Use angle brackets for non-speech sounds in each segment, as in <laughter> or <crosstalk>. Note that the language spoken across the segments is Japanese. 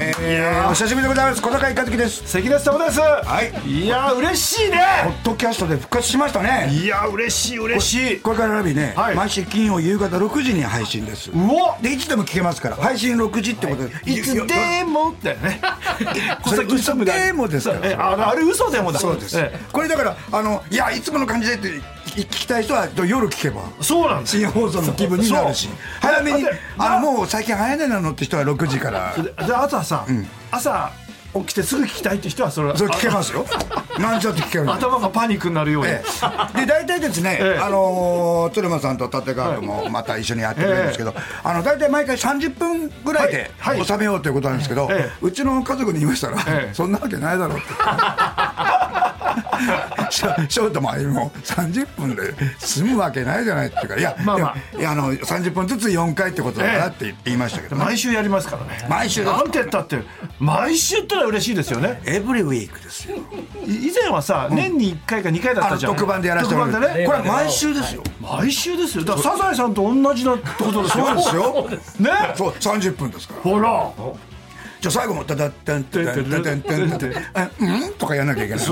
えー、お久しぶりでございます小坂井和樹です関根さんです。はいいやー嬉しいね。ポッドキャストで復活しましたねいやー嬉しい嬉しい。これからラビね、はい毎週金曜夕方6時に配信ですうお。でいつでも聞けますから配信6時ってことで、いつでもだよね。 <laughs> それ嘘でもですからそうえああれ嘘でもだ。そうです、えこれだからあのいやいつもの感じでって聞きたい人は夜聞けばえそうなんです深夜放送の気分になるしそう早めにだってあのもう最近早寝なのって人は6時からで朝さ、朝起きてすぐ聞きたいって人はそれそれ聞けますよ何時だって聞けるあの頭がパニックになるように、ええで大体ですね、ええあのー鶴間さんと立川君もまた一緒にやってくれるんですけど、あの大体毎回30分ぐらいではいはい収めようということなんですけど、ええうちの家族に言いましたら、ええそんなわけないだろうって。ショショートも歩みも30分で済むわけないじゃないっていうからいや,でも、まあまいやあの30分ずつ4回ってことだからええって言いましたけど、ね毎週やりますからね毎週ですなんて言ったって毎週ってのは嬉しいですよねエブリウィークですよい以前はさ、年に1回か2回だっあたのじゃん特番でやらせてもらう特番でねこれは毎週ですよ、毎週ですよだからサザエさんと同じだってことですよそうですよねそう30分ですからほらじゃあ最後も「タタッタンタタンタタンタンタンタン」うんとかやんなきゃいけない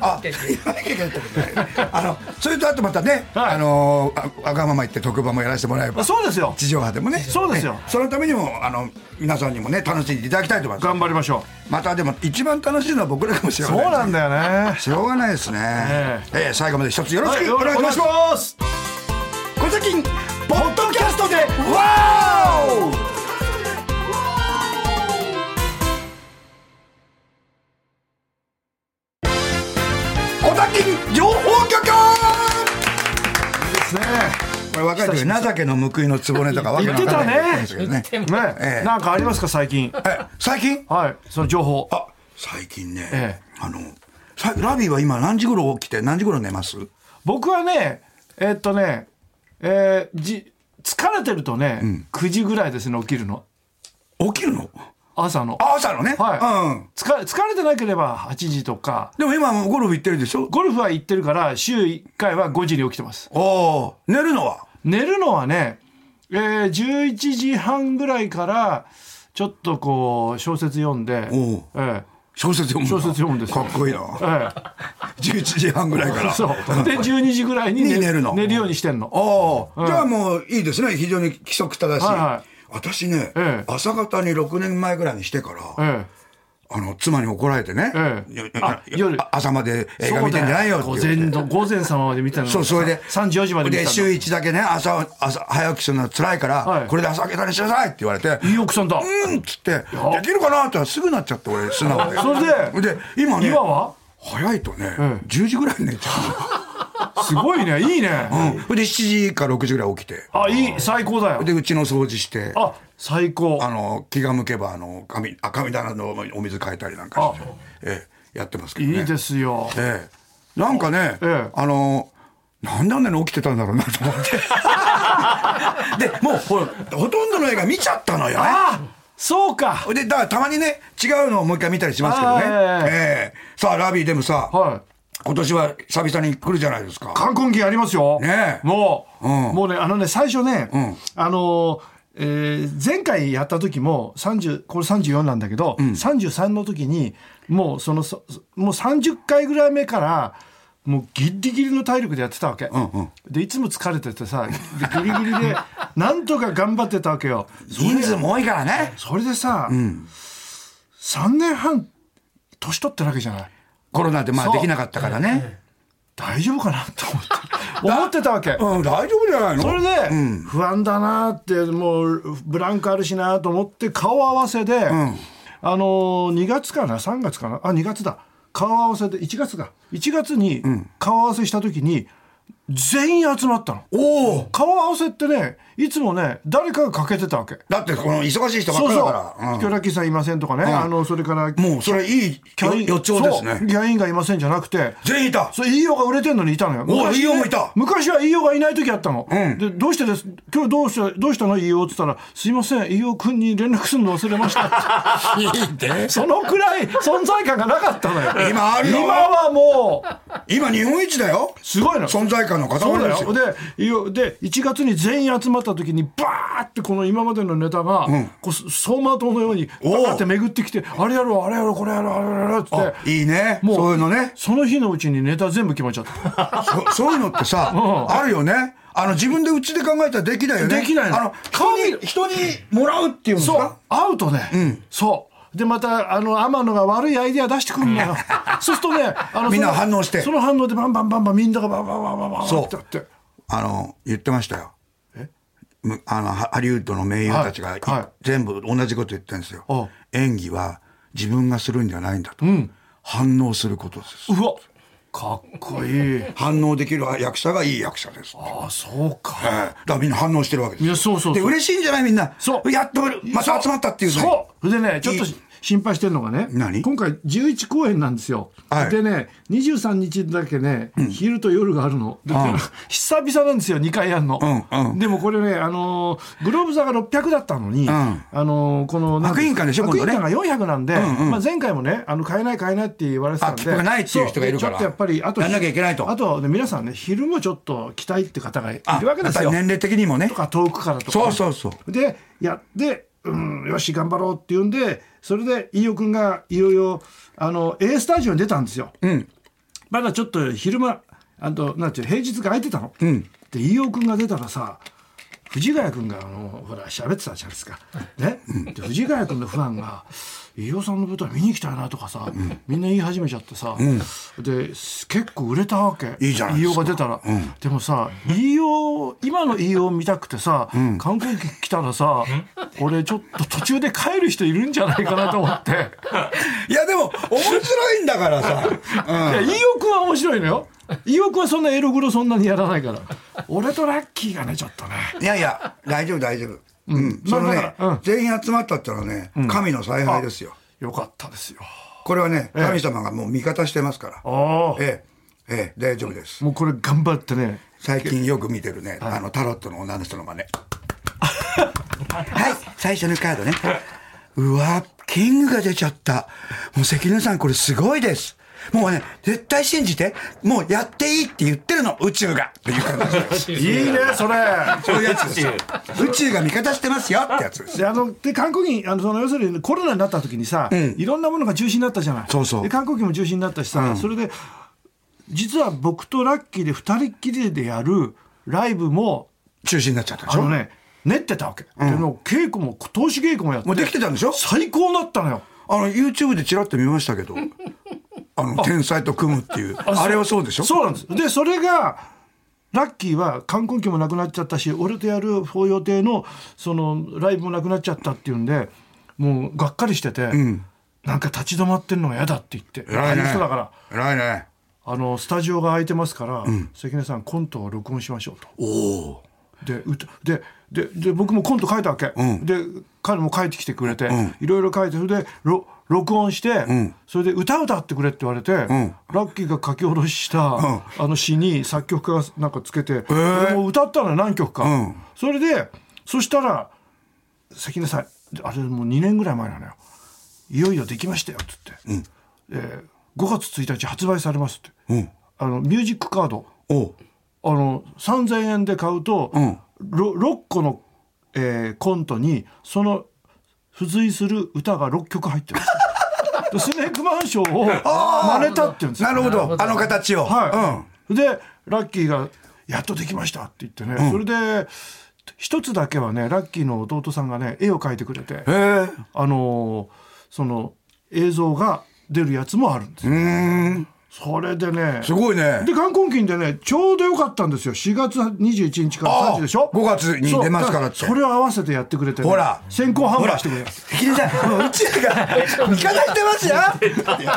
あ言わなきゃいけないってことないあのそれとあとまたねはいあのあわがまま言って特番もやらせてもらえばそうですよ地上波でもねそうですよねそのためにもあの皆さんにもね楽しんでいただきたいと思います頑張りましょまたでも一番楽しいのは僕らかもしうれそないうなんだよねしょうがないですねええ最後まで一つよろしくおお願願いいししまますす小崎ポッドキャストでワオ小崎情報局ねこれ若い時情けの報いのつぼねとかわけのわかんないこと言ってましたけどねねええなんかありますか最近え最近はいその情報あ最近ね、ええあのさラビーは今何時頃起きて何時頃寝ます僕はねえーっとねえーじ疲れてるとね、9時ぐらいですね起きるの起きるの朝のあ朝のね、はい、うん、疲れ疲れてなければ8時とかでも今もうゴルフ行ってるでしょゴルフは行ってるから週1回は5時に起きてますおおー寝るのは寝るのはね、えー11時半ぐらいからちょっとこう小説読んで、えおうえ小説読むんだ小説読むんですかよっこいいな <laughs> え11時半ぐらいかえらそうで12時ぐ <laughs> らいにに寝るの寝るようにしてんのおお、じゃあもういいですね非常に規則正しい、はいはい私ね、ええ朝方に6年前ぐらいにしてから、えあの妻に怒られてね、ええよよあよ夜あ朝までえ映画見てんじゃないよって言午って前の午前様まで見たのそう、それで。 34時まで見で、たの週一だけね、朝、朝、早起きするのは辛いから、はいこれで朝明けたりしなさいって言われて、いい奥さんだうんっつって、できるかなって言ったらすぐなっちゃって、俺、素直で。それで、今ね、今は早いとね、ええ10時ぐらいに寝ちゃすご <laughs> いねいいね、う。うん。それで、7時か6時ぐらい起きて、あいい最高だよで、うちの掃除して、あ最高あの、気が向けば、あの、紙、あ紙棚のお水変えたりなんかして、ええ、やってますけどね。いいですよええ、なんかね、ええあのなんであんなに起きてたんだろうなと思 <laughs> ってでもうほらほとんどの映画見ちゃったのよねあそうかでだからたまにね違うのをもう一回見たりしますけどね、えあえええさあラビーでもさ、はい今年は久々に来るじゃないですか観光期ありますよ。ねえもう、うんもうね、あのね、最初ね、んあのー、えー前回やった時も30これ34なんだけど、33の時にもうそのそもう30回ぐらい目からもうギリギリの体力でやってたわけ、うんでいつも疲れててさでギリギリ <laughs> でなんとか頑張ってたわけよそれ人で数も多いからねそれでさ、3年半年取ってるわけじゃないコロナでまあそうできなかったからね、大丈夫かなと思っ <laughs> て思ってたわけうん大丈夫じゃないのそれで、不安だなってもうブランクあるしなと思って顔合わせで、あの2月かな3月かなあ2月だ顔合わせで1月か1月に顔合わせした時に全員集まったのおお顔合わせってねいつもね誰かが欠けてたわけだってこの忙しい人ばっそかうりそだうから「キョラキさんいません」とかね、あのそれからうんもうそれいいキャイン予予兆ですそうねキャインがいませんじゃなくて全員いたそう、飯尾が売れてんのにいたのよ。お昔ね飯尾もいた昔は飯尾がいない時あったの。うんで、どうしてです、今日どうした、どうしたの飯尾って言ったら、すいません、飯尾くんに連絡するの忘れましたっ <laughs> て。いいってそのくらい存在感がなかったのよ。今あるよ今はもう、今日本一だよすごいの。存在感の塊そうだですよよでいよで1月に全員集まった時にバーってこの今までのネタが、こうす走馬灯のようにバおうーって巡ってきてあれやろうあれやろうこれやろうあれやろうっつっあていいねそういうのねその日のうちにネタ全部決まっちゃったそ <laughs> そういうのってさ、んあるよねあの自分でうちで考えたらできないよねできないのあの顔見人に人にもらうっていうんですそうか会うとね、そうでまたあの天野が悪いアイデア出してくるのよそうするとねあのみんなその反応してその反応でバンバンバンバンみんながバンバンバンバンバンそうってやってあの言ってましたよえむあのハハリウッドの名優たちが、はいはい全部同じこと言ってるんですよああ演技は自分がするんじゃないんだと、反応することですうわかっこいい反応できる役者がいい役者ですああそうか、ええだからみんな反応してるわけですいやそうそうそうで嬉しいんじゃないみんなそうやっとまた集まったっていうねそうそれでねちょっといいし心配してるのがね何今回11公演なんですよ、はいでね23日だけね、昼と夜があるのでああ <laughs> 久々なんですよ2回やるの、うんうんでもこれね、あのーグローブ座が600だったのに、んあのーこのなんか白銀館でしょ白銀館今が400なんで、んうんまあ、前回もねあの買えない買えないって言われてたんであ切符がないっていう人がいるからそうでちょっとやっぱりあとやんなきゃいけないとあと、ね、皆さんね昼もちょっと来たいって方がいあるわけですやっぱりよ年齢的にもねとか遠くからとかそうそうそうでやって、うん、よし頑張ろうっていうんでそれで飯尾君がいよいよあの A スタジオに出たんですよ。うんまだちょっと昼間あとなんていうの平日が空いてたの。んで飯尾君が出たらさ藤ヶ谷君があのほら喋ってたじゃないですか。ね、で藤ヶ谷君のファンが飯尾さんの舞台見に行きたいなとかさ、みんな言い始めちゃってさ、で結構売れたわけいいじゃないですか飯尾が出たら、でもさ飯尾今の飯尾見たくてさ、観光客来たらさ、俺ちょっと途中で帰る人いるんじゃないかなと思って、いやでも面白いんだから <laughs> さ、いや飯尾君は面白いのよ飯尾君はそんなエログロそんなにやらないから俺とラッキーがねちょっとねうん、いやいや大丈夫大丈夫、うんまそあのだね、からうん全員集まったってのはね神の采配ですよ、よかったですよこれはねえ神様がもう味方してますからああええええ大丈夫ですもうこれ頑張ってね最近よく見てるね、あのタロットの女の人の真似はい最初のカードねうわキングが出ちゃったもう関根さんこれすごいですもうね絶対信じてもうやっていいって言ってるの宇宙がっていう感じです <laughs> いいねそれそういうやつですよ宇宙が味方してますよってやつですであので韓国にあのその要するにコロナになった時にさ、いろんなものが中止になったじゃないそうそうで韓国も中止になったしさ、それで実は僕とラッキーで二人っきりでやるライブも中止になっちゃったであしょのね練ってたわけ、でも稽古も投資稽古もやってもうできてたんでしょ最高だったのよあの YouTube でちらっと見ました <laughs> けどあの天才と組むっていうあれはそうでしょそうなんですでそれがラッキーは冠婚期もなくなっちゃったし俺とやる法要亭のそのライブもなくなっちゃったっていうんでもうがっかりしてて、なんか立ち止まってるのが嫌だって言って偉いねあの人だから偉いねあのスタジオが空いてますから、関根さんコントを録音しましょうと。おおで歌ででで僕もコント書いたわけ、んで彼も書いてきてくれて、んいろいろ書いてそれでろ録音して、んそれで歌歌ってくれって言われて、んラッキーが書き下ろした、あの詩に作曲家がなんかつけて、ー俺も歌ったのよ何曲か、うんそれでそしたら関根さんあれもう2年ぐらい前なのよいよいよできましたよっつって、えー5月1日発売されますって、うんあのミュージックカードおうあの3,000円で買うと、うんろ 6, 個の、えーコントにその付随する歌が6曲入ってるん <laughs> ですよでスネークマンションを真似たって言うんですよ。なるほどあの形を、はいでラッキーが「やっとできました」って言ってね、それで一つだけはねラッキーの弟さんがね絵を描いてくれてうん、へあのーその映像が出るやつもあるんですえうよーんそれでねすごいねで冠婚金でねちょうどよかったんですよ4月21日からああ3時でしょ5月に出ますからってそうだそれを合わせてやってくれて、ほら先行販ほら売してくれた関根さんもう宇宙が味方してます <laughs> よ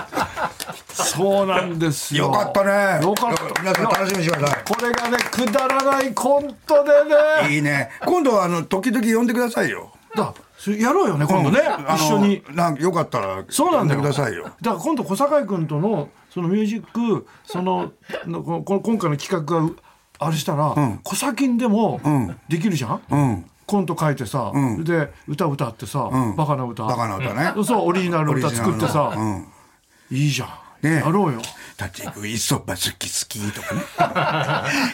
そうなんですよよかったねよかった皆さん楽しみにしてくださいこれがねくだらないコントでねいいね今度はあの時々呼んでくださいよだそれやろうよね今度ね、あの一緒になんかよかったらそうなんだ呼よでくださいよだから今度小堺君とのそのミュージックそののこのこの今回の企画があれしたら、小崎んでもできるじゃん、んコント書いてさ、で歌歌ってさ、バカな歌バカな歌ねそうオリジナルの歌作ってさ、オリジナルのいいじゃんねやろうよ立ち食いそば好き好きとかね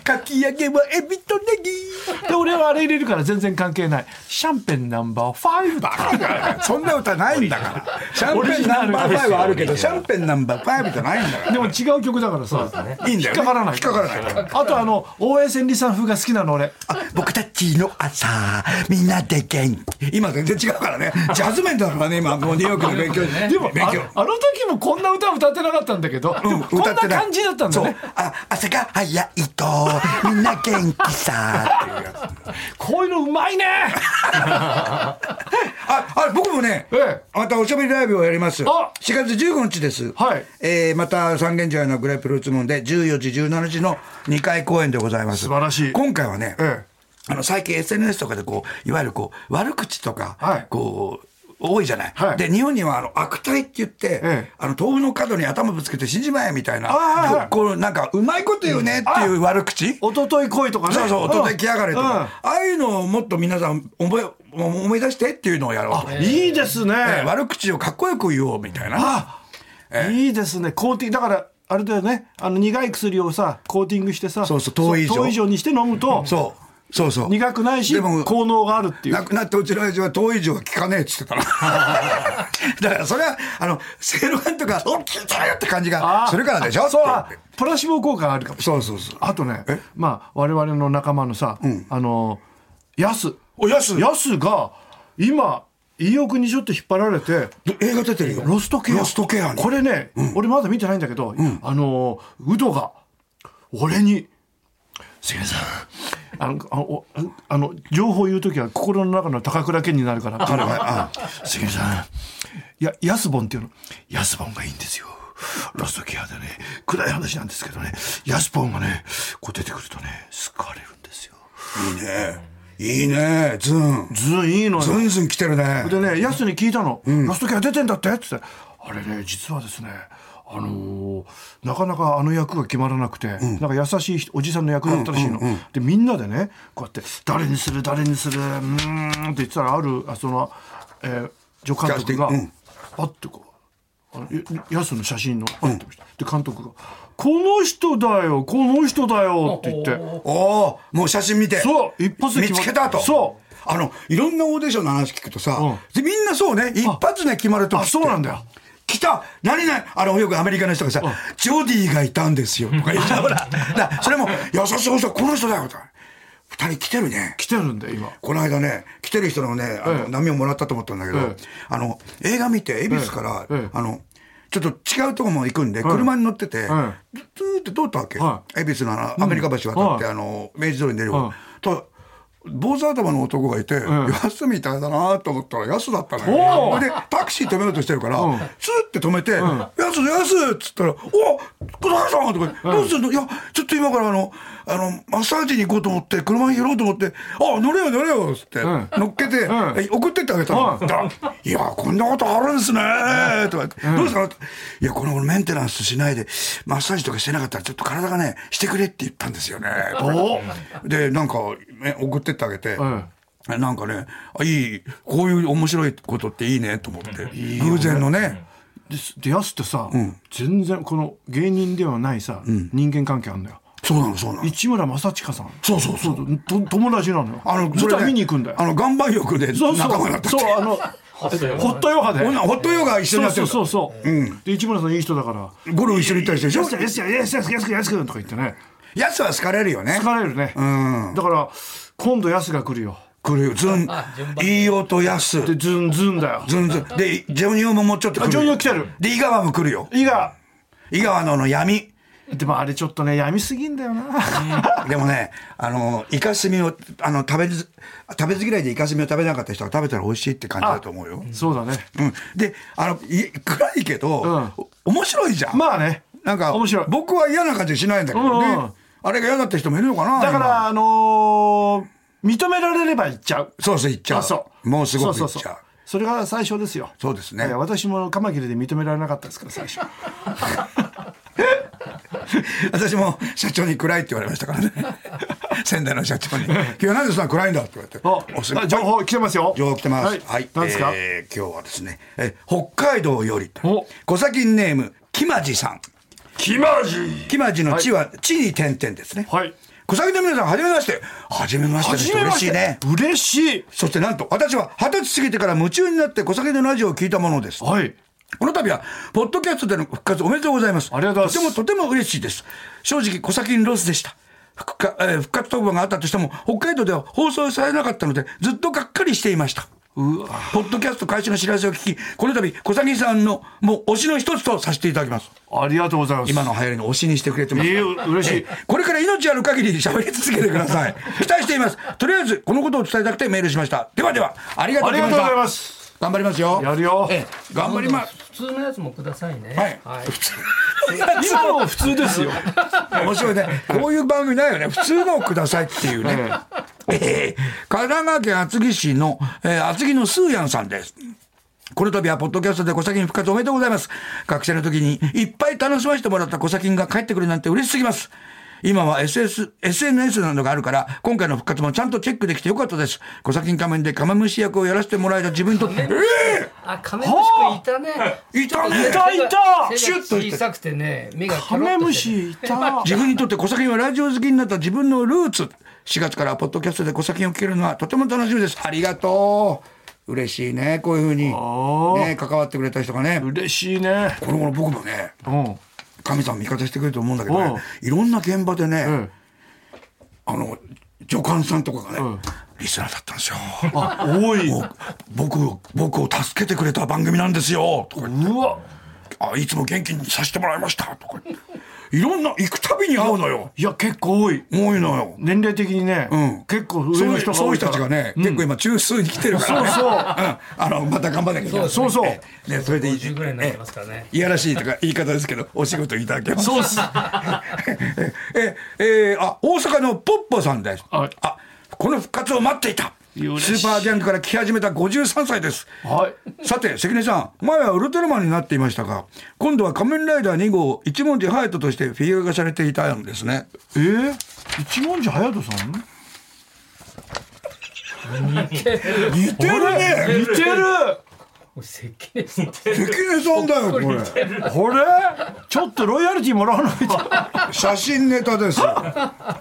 かき揚げはエビとネギ <laughs> で俺はあれ入れるから全然関係ないシャンペンナンバー5だそんな歌ないんだからシャンペンナンバー5はあるけどシャンペンナンバー5じゃないんだかでも違う曲だからさ、らいいんだよ、引っね、かからない引っかからないあとあの大江千里さん風が好きなの俺あ僕たちの朝みんなで元気今全然違うからねジャズメンだからね今もうニューヨークの勉強ねでも勉あ強あの時もこんな歌歌ってなかったんだけど、でもこんな感じだったんだねそうあ朝が早いとみんな元気さっていうやつこういうのうまいねああ僕もね、ええまたおしゃべりライブをやります4あ月15日です、はいえーまた三軒茶屋のグレープフルーツムーンで14時17時の2回公演でございます素晴らしい今回はね、ええあの最近 SNS とかでこういわゆるこう悪口とか、はいこう多いじゃない、はいで日本にはあの悪態って言って、ええあの豆腐の角に頭ぶつけて死んじまえみたいなはいはいこうなんかうまいこと言うねっていう悪口、一昨日恋とかねそうそう、音でん来やがれとか、ああいうのをもっと皆さん思い思い出してっていうのをやろうと、うんいいですね、ええ悪口をかっこよく言おうみたいな。あ、いいですねコーティングだからあれだよねあの苦い薬をさコーティングしてさそうそう糖以上そう糖にして飲むとそう。そうそう。苦くないしでも効能があるっていう亡くなったうちの親父は遠い以上は効かねえっつってた <laughs> なだからそれはあの正論とか「おっ聞いたよ!」って感じがあするからでしょそうっあて言ってプラシボ効果があるかもしれないそうそうそうあとねまあ我々の仲間のさ、あのヤスおやすヤスが今意欲にちょっと引っ張られて映画出てるよロストケアロストケアにこれね、俺まだ見てないんだけど、あのウドが俺に「関根さんあのあのおあの情報言う時は心の中の高倉健になるから」彼は「関根さんやヤスボンっていうのヤスボンがいいんですよ」ロストケアでね暗い話なんですけどねヤスボンがねこう出てくるとね救われるんですよいいねいいねズンずんいいのよズンズン来てるねでね、やすに聞いたの、ラストキャ出てんだってって言って、あれね、実はですね、あのーなかなかあの役が決まらなくて、なんか優しい人おじさんの役だったらしいの、でみんなでねこうやって誰にする誰にするうーんって言ってたらあるあその、えー助キ監督が、ャスティングうんパッてこうあのややすの写真のパッて見せてで監督が「この人だよこの人だよ」って言っておおもう写真見てそう一発見で決まつけたとそうあのいろんなオーディションの話聞くとさ、うんでみんなそうね一発で決まるとあそうなんだよ来た何々あのよくアメリカの人がさ、ジョディがいたんですよとか言ってほら <laughs> だからそれも優しいお人この人だよとか二人来てるね来てるんだよ今。この間ね来てる人のねあの、ええ波をもらったと思ったんだけど、ええあの映画見て恵比寿から、ええあのちょっと違うとこも行くんで、車に乗ってて、ずはずーって通ったわけ、は恵比寿のあのアメリカ橋渡って、はいあの明治通りに出るよ、はいと坊主頭の男がいて、ヤスみたいだなと思ったらヤスだったのおよーでタクシー止めようとしてるから、うんスーって止めて「やすやす」っつったら「お黒原さん!」とか「どうするのいやちょっと今からあのあのマッサージに行こうと思って車に拾おうと思って「あ乗れよ乗れよ」っつって、ん乗っけて、んえ送ってってあげたの、うだからいやこんなことあるんですね」とか言って「どうですか?」っていやこのメンテナンスしないでマッサージとかしてなかったらちょっと体がねしてくれ」って言ったんですよね。でなんか、ね、送ってってあげて。んなんかね、あいい、こういう面白いことっていいねと思って、偶然のね、ですでやすってさ、全然この芸人ではないさ、人間関係あんだよそうなの、そうなの。市村正親さんそうそうそう。と友達なのよあの、実はね見に行くんだよあの、岩盤浴でそうそう仲間になったって。そうあのホットヨガでほんなホットヨガ一緒にやそうってそるうの。そうそう、で市村さんいい人だから「ゴルフ一緒に行ったりしてるでやしすょやすややすやすやすやすくん」とか言ってねやつは好かれるよね。疲れるね、だから今度やすが来るよ来るよ。ずん、飯尾とやす。でズンズンだよずんずん。で、ジョニオももうちょっと来るよ。あジョニオ来てるで、井川も来るよ。いが井川のあの闇。でもあれちょっとねやみすぎんだよなでもね、あの、イカスミを、あの、食べず、食べず嫌いでイカスミを食べなかった人は食べたら美味しいって感じだと思うよ。そうだねうん。で、あの、い暗いけど、うんお面白いじゃん。まあねなんか面白い僕は嫌な感じしないんだけどね、うんうんあれが嫌だった人もいるのかなだから、あのー認められれば行っちゃう。今そうそう言っちゃあそうもうすごくそ言うっそうちそゃうう。それが最初ですよ。そうですねいや私もカマキリで認められなかったですから、最初。私も社長に暗いって言われましたから <laughs> ね仙台の社長に「今日なんでそんな暗いんだ」って言われておあ情報来てますよ。情報来てます。はい。何ですか、えー今日はですね、えー北海道よりお、小崎ネーム、キマジさん。キマジキマジの地は、地に点々ですね。はい小崎の皆さん、はじめまして。はじめましての人、嬉しいね。嬉しいそしてなんと、私は二十歳過ぎてから夢中になって小酒のラジオを聞いたものです。はいこの度は、ポッドキャストでの復活おめでとうございます。ありがとうございますとてもとても嬉しいです。正直、小崎にロスでした。復活、えー復活特番があったとしても、北海道では放送されなかったので、ずっとがっかりしていました。ポッドキャスト開始の知らせを聞き、この度、小崎さんの、もう推しの一つとさせていただきます。ありがとうございます今の流行りの推しにしてくれてます。いい嬉しいこれから命ある限り喋り続けてくだ <laughs> さい。期待しています。とりあえず、このことを伝えたくてメールしました。ではでは、ありがとうあございりまがとうござしいますた。頑張りますよ。やるよええ頑張ります。普通のやつもくださいね。はい今の普通ですよ面白いね。こういう番組ないよね。普通のをくださいっていうね。えー神奈川県厚木市の、えー厚木のスーヤンさんです。この度はポッドキャストで小崎に復活おめでとうございます。学生の時にいっぱい楽しませてもらった小崎が帰ってくるなんて嬉しすぎます。今は SS、SNS などがあるから、今回の復活もちゃんとチェックできてよかったです。小崎仮面でカメムシ役をやらせてもらえた自分にとって、ええあ、カメムシ君いたね。ーいたねいたいた背が小さくてね、目がキカョロメッとムしてシるいた自分にとって小崎はラジオ好きになった自分のルーツ。4月からポッドキャストで小崎を聞けるのはとても楽しみです。ありがとう。嬉しいね。こういうふうに、ね、関わってくれた人がね。嬉しいねこの頃僕もね、うん神さん味方してくれると思うんだけどね、いろんな現場でね、んあの、助監さんとかがね、リスナーだったんですよ。あ多い僕を、僕を助けてくれた番組なんですよ。とか言ってうわあいつも元気にさせてもらいました。とか言っていろんな、行くたびに会うのよ。いや結構多い多いのよ。年齢的にね、ん結構そう上いのう人がそうい多うい人かたらちがね、結構今中枢に来てるから、ね、そう <laughs> そうんあのまた頑張んなきゃいけないそうそうねそれで50ぐらいになってますからね。いやらしいとか言い方ですけどお仕事いただけますそうっす <laughs> ええーあ大阪のポッポさんです、はいあこの復活を待っていたスよろしいーパージャンクから来始めた53歳ですはいさて関根さん前はウルトラマンになっていましたが今度は仮面ライダー2号一文字ハヤトとしてフィギュア化されていたんですねえー、一文字隼人さん似てるあれね似てる俺設計ですよ関根さんだよこれこれちょっとロイヤルティもらわない <laughs> と写真ネタですよ。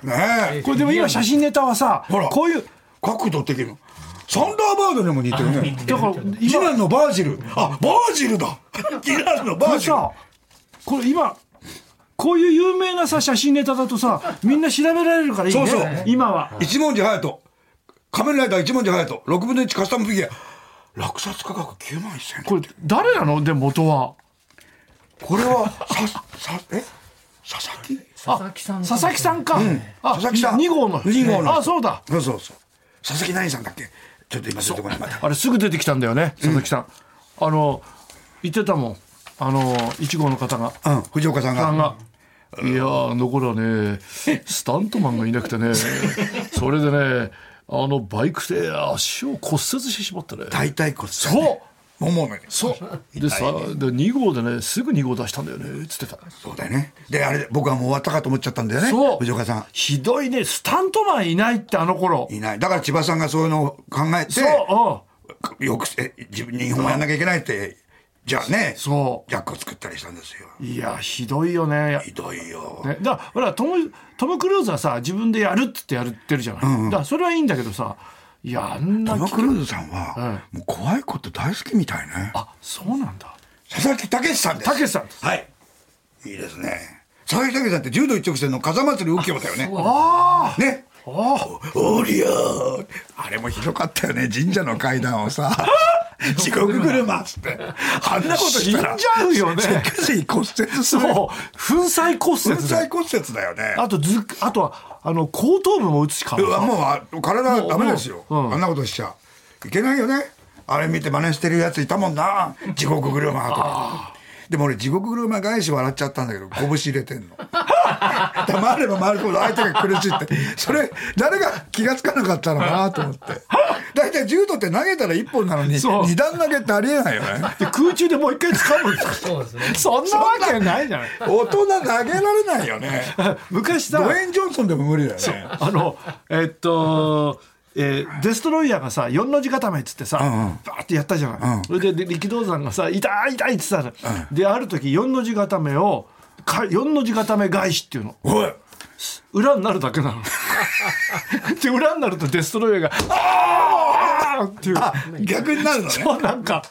ねえ。これでも今写真ネタはさほらこういう角度的に。サンダーバードにも似てるね。だから次男のバージル。あ、バージル <laughs> だ。次男のバこーれジル。さこれ今こういう有名なさ写真ネタだとさみんな調べられるからいいねそうそう今は一文字隼人。仮面ライダー一文字隼人。6分の1カスタムフィギュア。落札価格9万1000円。これ誰なので元はこれは、さ、さ、え佐々木佐々木さん佐々木さんか、あ佐々木さん。 2号の二号の人。あそうだそうそうそう。佐々木何さんだっけちょっと今出てこない。また。あれすぐ出てきたんだよね佐々木さん、あの言ってたもんあの1号の方がうん、藤岡さんさんが。が。いやー残るはねスタントマンがいなくてねそれでねあのバイクで足を骨折してしまってね大体骨折。そうももね。そうでさで2号でねすぐ2号出したんだよねっつってたそうだよね。で、あれで、僕はもう終わったかと思っちゃったんだよね。そう藤岡さひどいねスタントマンいないってあの頃ん。いない。だから千葉さんがそういうのを考えて、そうよくえ自分に日本をやんなきゃいけないって、じゃあね、そジャックを作ったりしたんですよ。うんいやひどいよねひどいよ。ね、だからほらトムトム・クルーズはさ自分でやるっつってやるってるじゃない、だからそれはいいんだけどさいやあんなトム・きクルーズさんは、もう怖いこと大好きみたいね。あそうなんだ佐々木武さんです。たけしさんですはい。いいですね。佐々木武さんって柔道一直線の風祭り右京だよね。あね。ーあおりゃーあれもひどかったよね神社の階段をさ地獄車っつってあんなことしたら死んじゃうよね脊髄骨折すそうる粉砕骨粉折だ砕骨折だよねあとずあとはあの後頭部も打つしかうわもうあ体ダメですよもうもううんあんなことしちゃいけないよねあれ見て真似してるやついたもんな地獄車とかでも俺地獄車返し笑っちゃったんだけど拳入れてんの <laughs> 回れば回るほど相手が苦しいってそれ誰が気がつかなかったのかなと思って大体柔道って投げたら1本なのにそう2段投げってありえないよね <laughs> で空中でもう一回掴むんですそうですね。そんなわけないじゃない大人投げられないよね昔ドウ <laughs> さェイン・ジョンソンでも無理だよねあのえっとえーデストロイヤーがさ4の字固めっつってさ、んうんバーってやったじゃない、うんそれでで力道山がさ「痛い痛い」ってさ、である時4の字固めをか4の字固め返しっていうのおい裏になるだけな <laughs> ので裏になるとデストロイヤーが「ああ!」っていうあ逆になるのねもうなんか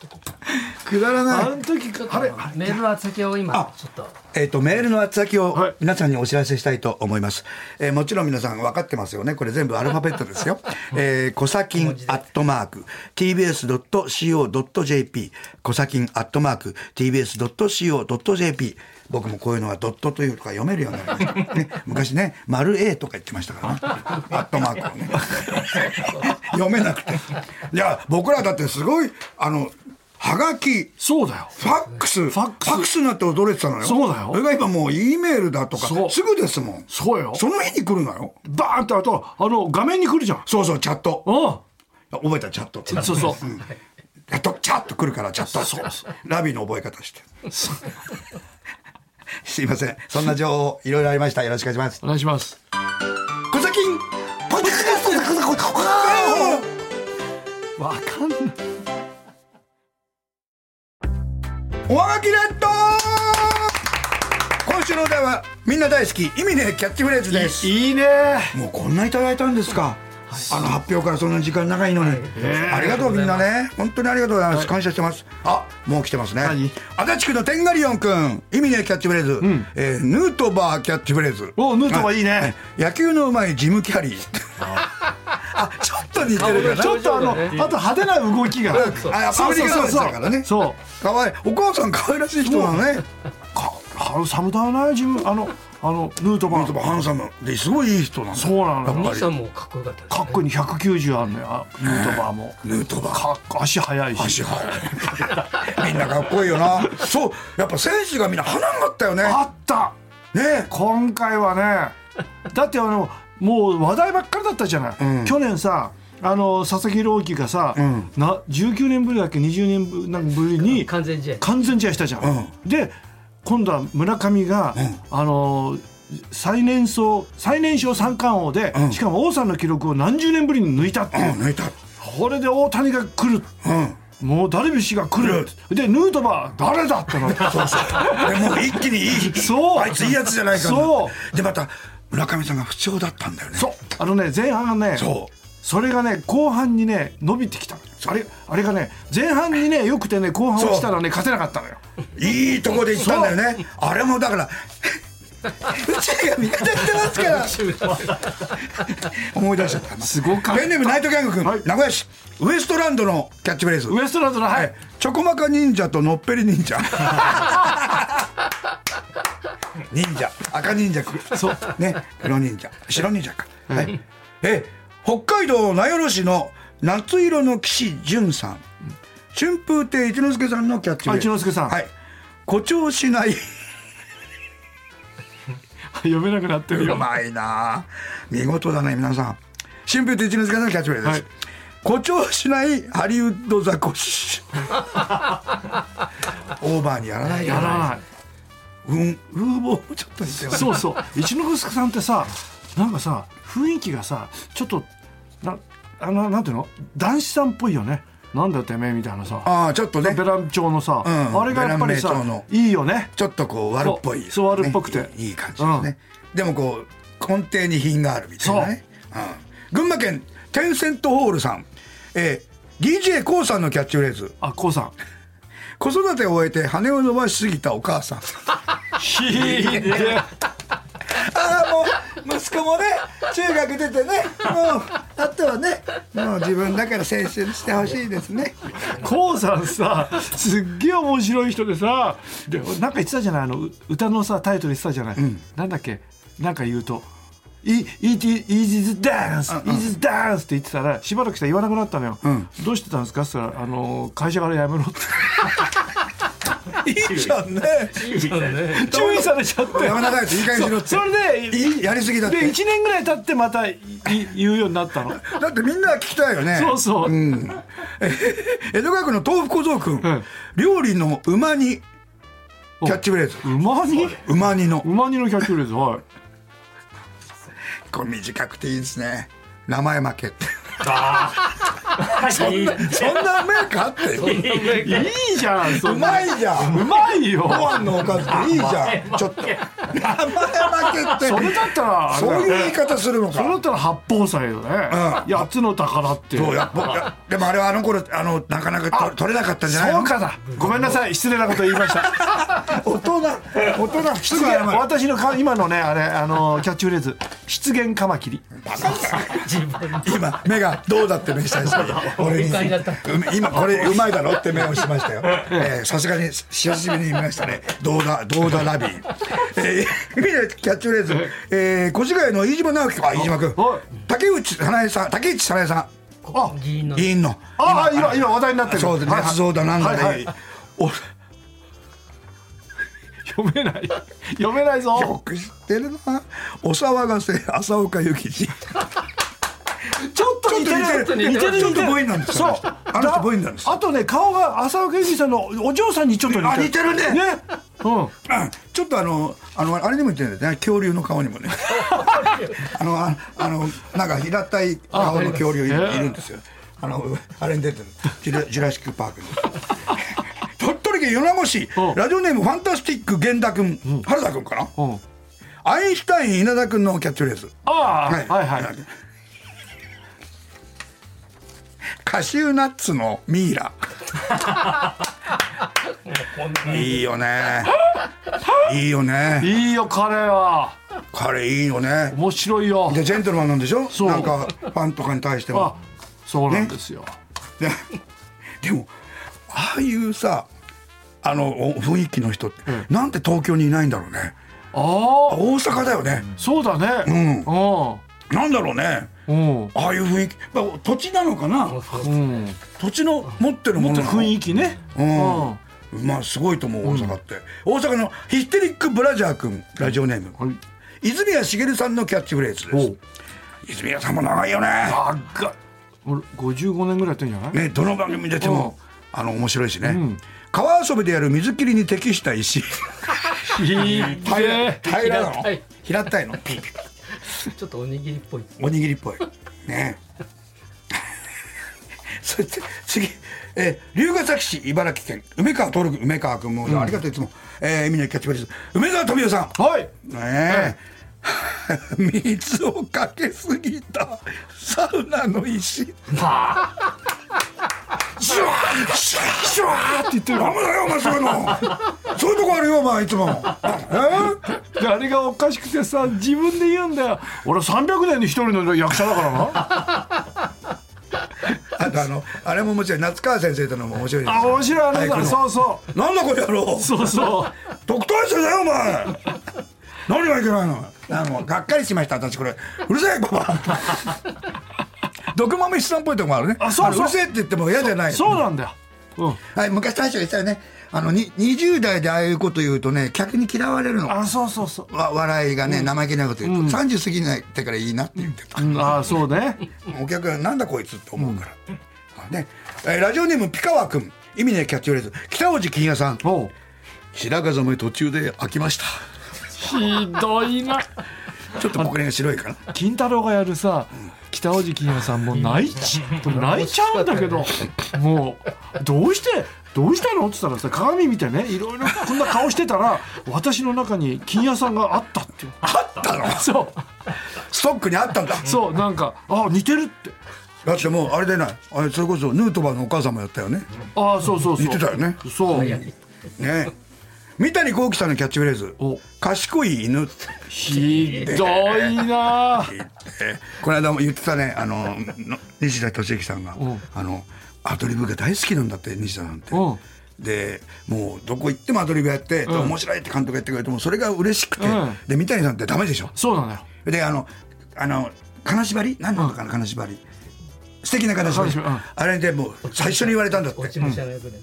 くだらあないの時かあれあれメールの宛先を今ちょっとえっ、と、メールの宛先はをい皆さんにお知らせしたいと思います。えーもちろん皆さん分かってますよね。これ全部アルファベットです <laughs> よ。えー、コサキンアットマーク、tbs.co.jp、コサキンアットマーク、tbs.co.jp。僕もこういうのはドットというとか読めるようになり <laughs> ました。ね、昔ね、丸 A とか言ってましたからね。アットマークをね。 <laughs> 読めなくて。いや、僕らだってすごい、あの、はがき、そうだよファックス、ファックスになって驚いてたのよ。そうだよそれが今もう E メールだとかそ、うすぐですもん。そうよその日に来るのよ。バーンってあとあの画面に来るじゃんそうそう、チャット。うん覚えた、チャット。そうそううん。やっと、チャッと来るから、チャット。そうそラビの覚え方して。すいません。そんな情報、いろいろありました。よろしくお願いします。お願いします小崎ポッドキャストで小崎わかんないおはがきレッド今週のお題は、みんな大好き、意味ねえキャッチフレーズです。いいねもうこんないただいたんですか。あの発表からそんな時間長いのに、ありがとうみんなね本当にありがとうございます、感謝してますあもう来てますね何足立区のテンガリオン君意味ねキャッチフレーズ、えーヌートバーキャッチフレーズおヌートバーいいねは野球のうまいジム・キャリー <laughs> あちょっと似てるかなちょっとあのあ表情がねと派手な動きがあアメリカの人だからねそうかわいいお母さん可愛らしい人なのねかあの寒だない自分あのあのヌートヌバートバーーハンサムですごいいい人なのそうやなのっよぱ兄りさんもかっこよかったですかっこいい190あるのよあヌートバーもヌートバー <laughs> かっこ足速いし足早いみんなかっこいいよなそうやっぱ選手がみんな花があったよねあったね今回はねだってあのもう話題ばっかりだったじゃない、ん去年さあの佐々木朗希がさ、んな19年ぶりだっけ20年ぶなんかぶりに完全試合完全試合したじゃん、うで今度は村上が、あの最年少最年少三冠王で、うんしかも王さんの記録を何十年ぶりに抜いたってういん <coughs> う、抜いたこれで大谷が来るうんもうダルビッシュが来る、でヌートバー誰だってなってそうでもう一気にいいそうあいついいやつじゃないかなそでまた村上さんが不調だったんだよねあのね前半がねそうそれがね後半にね伸びてきたのあれあれがね前半にねよくてね後半落ちたらね勝てなかったのよいいとこで行ったんだよねあれもだから <laughs> うちが味方してますから思い出しちゃったすごかったペンネームナイトギャング君、はい名古屋市ウエストランドのキャッチフレーズウエストランドのはい、チョコマカ忍者とのっぺり忍 <laughs> 者忍者赤忍者くそうね黒忍者白忍者か、はい、え北海道名寄市の夏色の岸潤さん春風亭一之輔さんのキャッチフレーズあ一之輔さんはい誇張しない読めなくなってるうよまいなあ見事だね皆さん春風亭一之輔さんのキャッチフレーズです、はい誇張しないハリウッドザコシ <laughs> オーバーにやらないやらないうん、風貌もちょっと似てます。そうそう一之輔さんってさなんかさ雰囲気がさちょっとなあのなんていうの男子さんっぽいよねなんだよてめえみたいなさああ、ちょっとねベ、ラン調のさ、うんあれがやっぱりベラン名さ調のいいよねちょっとこう悪っぽい、そうそう悪っぽくてねいいいい感じですね。でもこう根底に品があるみたいなね。うん、群馬県テンセントホールさん、えー、DJ コウさんのキャッチフレーズ。あこうさん子育てを終えて羽を伸ばしすぎたお母 <laughs> さん。ひでああもう息子もね中学出てねもうあとはねもう自分だから青春してほしいですね。こうさんさすっげえ面白い人でさでなんか言ってたじゃないあのう歌のさタイトル言ってたじゃない、なんだっけなんか言うと「イイーティイージズダンスイージズダンス」って言ってたらしばらくしたら言わなくなったのよ、どうしてたんですか?」って言ったらあの「会社から辞めろ」っていいじゃんね。注意され <laughs> ちゃって山田大地いい感じのって。それでいいやりすぎだってで。1年ぐらい経ってまたいい言うようになったのだってみんな聞きたいよね。そうそう、 <laughs> 江戸川区の豆腐小僧君、うん料理のうま煮キャッチフレーズうまにうま煮のうまにのキャッチフレーズはい <laughs> これ短くていいですね名前負けってそんなそんなメーカーあっていいじゃんそんうなまいじゃんうまいよご飯のおかずっていい <laughs> じゃんちょっと甘や負けってそれだったらあれそだうよいう言い方するのそれだかったら八宝菜よね八つの宝ってそうや僕やでもあれはあの頃あのなかなかと取れなかったんじゃないのそうかだごめんなさい失礼なこと言いました大人大 <laughs> 人 <laughs> す失ぐ謝言る私のか今のねあれあのキャッチフレーズ失言カマキリ自分の今目がどうだって目したん <laughs> ですけど俺に敏感になったうん今これうまいだろって目をしま <laughs> したよえーさすがに久しぶりに見ましたねどうだどうだラビーえー意味でキャッチフレーズえー越谷の飯島直樹君あ飯島君はい竹内早苗さん竹内早苗さあ議員んの議員のああ今今話題になってるそうですはいはい捏造だなんだはいではいお読めない読めないよぞく知ってるなお騒がせ浅岡幸吉ちょっと似てちょっとる似てるちょっとボインなんですよそうあの人ボインなんですあとね顔が浅岡由紀さんのお嬢さんにちょっと似てある似てるねねうんうんちょっとあの、あの、あれにも似てるんだよね、恐竜の顔にも <laughs> ね。あの、ああの、なんか平たい顔の恐竜いいあるんですよ。あの、あれに出てる、ジュラジュラシックパークに。鳥取県米子市うん、ラジオネームファンタスティック源田君、原田君かな。うんアインシュタイン稲田君のキャッチフレーズ。ああはいはいカシューナッツのミイラ。いいよね。いいよね。いいよ彼は彼いいよね。面白いよでジェントルマンなんでしょそうなんかファンとかに対してあもそうなんですよででもああいうさあのお雰囲気の人って、なんて東京にいないんだろうねああ大阪だよね、そうだねうなんだろうねんうんああいう雰囲気、まあ、土地なのかなうん土地の持ってるももっのとなの雰囲気ねうんうんまあすごいと思う大阪って、大阪のヒステリックブラジャー君ラジオネーム、はい泉谷しげるさんのキャッチフレーズおですう泉谷さんも長いよね長い俺55年ぐらいやってんじゃないね、どの番組出ても、あの面白いしね、ん川遊びでやる水切りに適した石いいね平らなの平たい平たいのピーピーちょっとおにぎりっぽいおにぎりっぽいね <laughs> そして次えー龍ヶ崎市茨城県梅川徹君梅川君も、ありがとういつも、えー、みんなキャッチフレーズ梅沢富美男さんはいねえ <laughs> 水をかけすぎたサウナの石シュワーシュワーシュワーって言ってるダメだよお前そういうのそういうとこあるよお前いつもえ <laughs> であれがおかしくてさ自分で言うんだよ俺300年に一人の役者だ <laughs> からなあとあのあれも面白い夏川先生とのも面白いあ面白いあれ俳句だのそうそなんだこれやろううそうそう特待生だよお <laughs> 前何がいけないのあのがっかりしました私これうるせえパパ毒豆質さんっぽいとこもあるねあそうそうのるせえって言っても嫌じゃない <laughs> そうなんだよ、うん、はい、昔大将が言ってたよねあのに20代でああいうこと言うとね客に嫌われるのあそうそうそうわ笑いがね生意気なこと言うと、30過ぎないってからいいなって言ってた、うんあそうね <laughs> お客がなんだこいつって思うから、ねえーラジオネームピカワ君意味ねキャッチフレーズ北大路欣也さんおう白髪染め途中で飽きましたひどいなちょっとこれが白いかな金太郎がやるさ北尾路欣也さんも泣いち泣いちゃうんだけどもうどうしてどうしたのって言ったらさ鏡見てねいろいろこんな顔してたら私の中に金也さんがあったっていうあったのそうストックにあったんだそうなんかあ似てるってだってもうあれでないあれそれこそヌートバーのお母さんもやったよねあそうそうそう似てたよねそうね三谷幸喜さんのキャッチフレーズお「賢い犬」ひどいなえーこの間も言ってたねあのの西田敏行さんがうんあのアドリブが大好きなんだって西田なんてうん。でもうどこ行ってもアドリブやって、面白いって監督が言ってくれてもうそれが嬉しくて、うんで三谷さんってダメでしょそうなのよであのあの金縛り何なのかな金縛り素敵な金縛り、金縛りうんあれでもう最初に言われたんだって落ち武者の役でね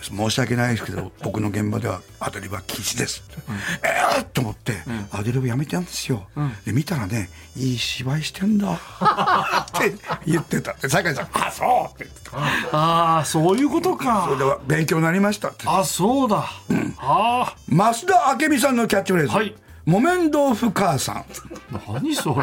申し訳ないですけど僕の現場ではアドリブは禁止です、えーっと思って、アドリブやめてたんですよ、で見たらねいい芝居してん <laughs> だって言ってたで酒井さん「あそう」って言ってたああそういうことそれかでは勉強になりましたってあそうだあ増田明美さんのキャッチフレーズ「はい木綿豆腐母さんあ何それ」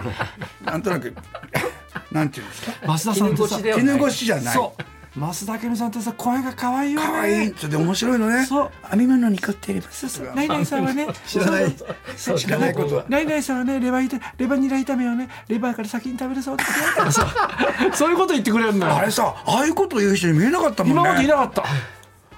なんとなく <laughs> なんていうんですか増田さんってさではない絹ごしじゃないそう増田明美さんってさ声が可愛いよね可愛いそれで面白いのねそう編み物に凝っていればそうそうナイナイさんはね知らないそう知らないことはナイナイさんはねレバーいたレバニラ炒めをねレバーから先に食べるそうですよとかさそういうこと言ってくれるのあよれさああいうこと言う人に見えなかったもんね今までいなかった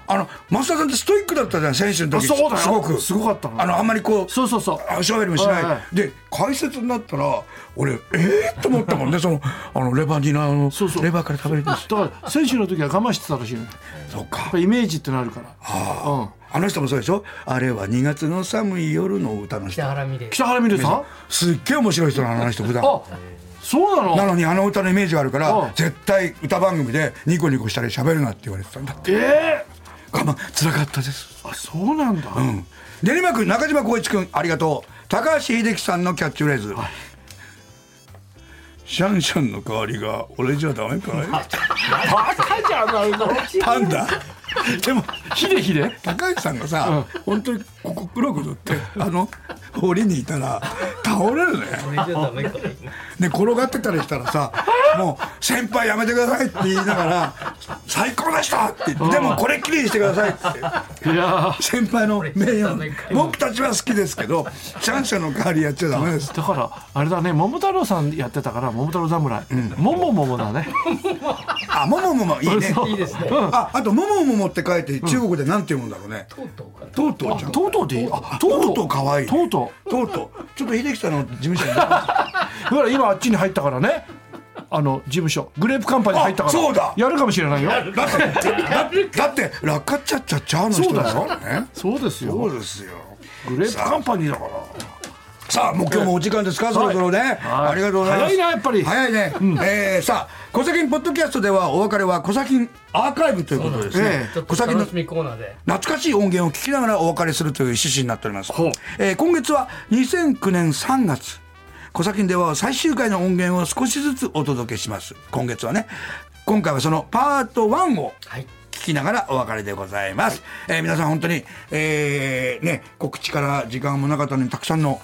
あの増田さんってストイックだったじゃん選手のあ時そうだよすごくすごかったのあのあんまりこうそうそうそうあおしゃべりもしない、はいはで解説になったら俺ええー、と思ったもん <laughs> ねそのあのレバニラのそうそうレバーから食べれるんですだから選手の時は我慢してたらしいのよやそうかっぱイメージってなるからうんあの人もそうでしょあれは2月の寒い夜の歌の人北原美玲北原美玲さんすっげえ面白い人なのあの人普段あそうなのなのにあの歌のイメージがあるからあ絶対歌番組でニコニコしたり喋るなって言われてたんだってええ我慢つらかったです、あそうなんだ、うん、練馬区中島浩一君ありがとう高橋英樹さんのキャッチフレーズ、シャンシャンの代わりが俺じゃダメかいバカじゃないのパンダでもヒデヒデ高橋さんがさ、本当にここ黒く塗ってあの檻にいたら倒れるねこれじゃダメかいで転がってたりしたらさもう「先輩やめてください」って言いながら「最高でした!」って言って「でもこれっきりにしてください」っていや先輩の名誉僕たちは好きですけどシャンシャンの代わりやっちゃダメですーだからあれだね桃太郎さんやってたから桃太郎侍、ももももだねあももももいいねいいですねああと「もももも」って書いて中国でなんて読むんだろうねとうとうかとうとうちゃんとうとうでいいあとうとうかわいいとうととうとうちょっと秀樹さんの事務所に行ってみますうだから今あっちに入ったからねあの事務所グレープカンパニー入ったからあそうだやるかもしれないよだってだってだって落下ちゃっちゃっちゃーの人ですからねそうですよそうですよグレープカンパニーだからさあもう今日もお時間ですか、そろそろね、はいありがとうございます早いなやっぱり早いね、えーさあ「小崎ポッドキャスト」ではお別れは小崎アーカイブということですねちょっ小と崎の楽しみコーナーで懐かしい音源を聞きながらお別れするという趣旨になっておりますほう、えー今月は2009年3月小崎では最終回の音源を少しずつお届けします今月はね今回はそのパート1をはい聞きながらお別れでございます、えー皆さん本当に、えーね告知から時間もなかったのにたくさんの、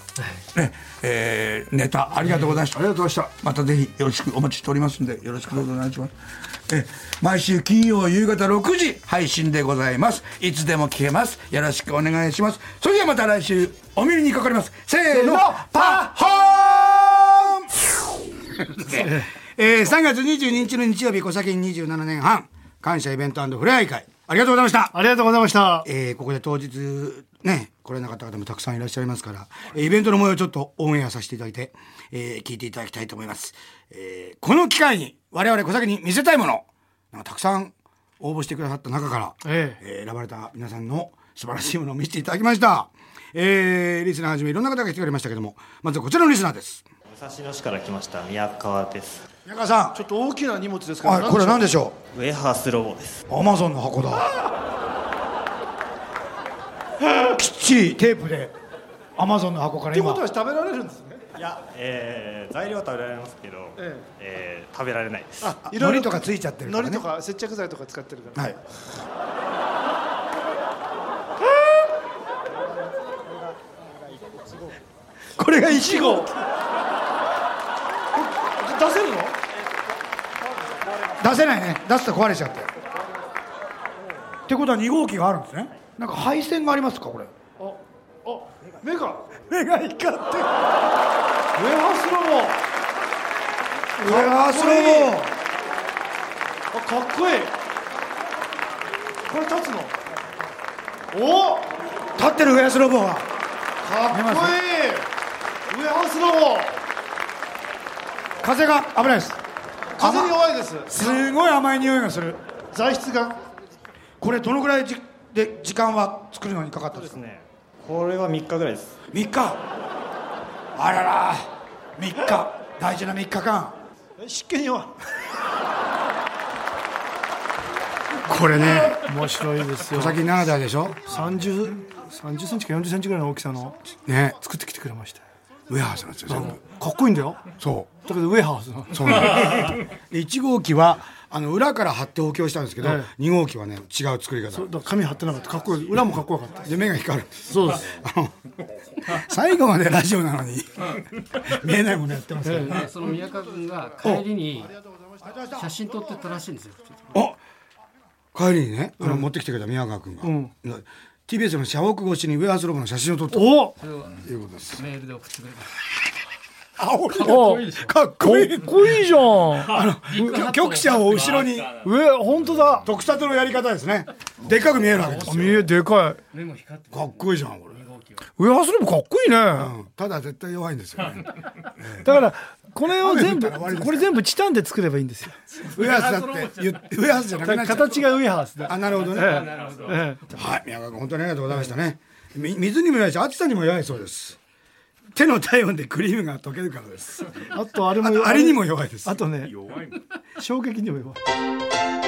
ねえーネタありがとうございましたありがとうございましまたぜひよろしくお待ちしておりますんでよろしくどうぞお願いしますえ毎週金曜夕方6時配信でございますいつでも聞けますよろしくお願いしますそれではまた来週お耳にかかりますせーのパッホーンえー、3月22日の日曜日、小崎27年半、感謝イベント触れ合い会、ありがとうございました。たありがとうございましたえーここで当日、ね、来れなかった方もたくさんいらっしゃいますから、えーイベントの模様をちょっとオンエアさせていただいて、えー聞いていただきたいと思います。えーこの機会に、我々小崎に見せたいもの、なんかたくさん応募してくださった中から、えええー選ばれた皆さんの素晴らしいものを見せていただきました。えーリスナーはじめいろんな方が来てくれましたけども、まずはこちらのリスナーです。武蔵野市から来ました宮川です宮川さちょっと大きな荷物ですん、あこれ何でしょうウェハースロボですアマゾンの箱だきっちりテープでアマゾンの箱から今は食べられるんですねいや、えー、材料は食べられますけど、ええー食べられないですあいろいろ海苔とかついちゃってるからね海苔か接着剤とか使ってるかはいこれが1号出せるの出せないね出すと壊れちゃってってことは2号機があるんですねなんか配線がありますかこれあ目が目が光ってウェウェハハースロースロボあかっこいいこれ立つのおボ立ってるウェハースロボがかっこいいウェハースロボ風が危ないです風に弱いですすごい甘い匂いがする材質がこれどのぐらいじで時間は作るのにかかったんそうでですすかねこれは3日ぐらいです3日あらら3日大事な3日間湿気に弱いこれね面白いです小よ崎ならではでしょ30 30センチか40センチぐらいの大きさのね作ってきてくれましたウェアハウスなんですよ全部かっこいいんだよそだけどウェアハウスなのうそうなんです <laughs> で1号機はあの裏から貼って補強したんですけど、はい2号機はね違う作り方だから紙貼ってなかったかっこいい裏もかっこよかったで目が光るんですそうですあの最後までラジオなのに <laughs> 見えないものやってますよねその宮川君が帰りに写真撮ってたらしいんですよあ帰りにね、あの持ってきてくれた宮川君が、な TBS の社屋越しにウェアハウスロボの写真を撮ったおそれをメールで送ってくれまし青おいかっこいいかっこいいじゃんあの局局者を後ろに上本当だ特撮のやり方ですねでっかく見えるわけですよ見えでかいた目も光ってかっこいいじゃんこれ、上ハウスロボかっこいいねうんただ絶対弱いんです <laughs> よねだからこれを全雨降ったら部終わりですからこれ全部チタンで作ればいいんですよウェアハウスだって言ってウェアハウスじゃなだくなからっちゃう形がウェハースだあなるほどね、ええはい、宮川君、本当にありがとうございましたね。み水にも弱いし、暑さにも弱いそうです。手の体温でクリームが溶けるからです。あとあれあもと、あれにも弱いですあ。とね衝撃にも弱い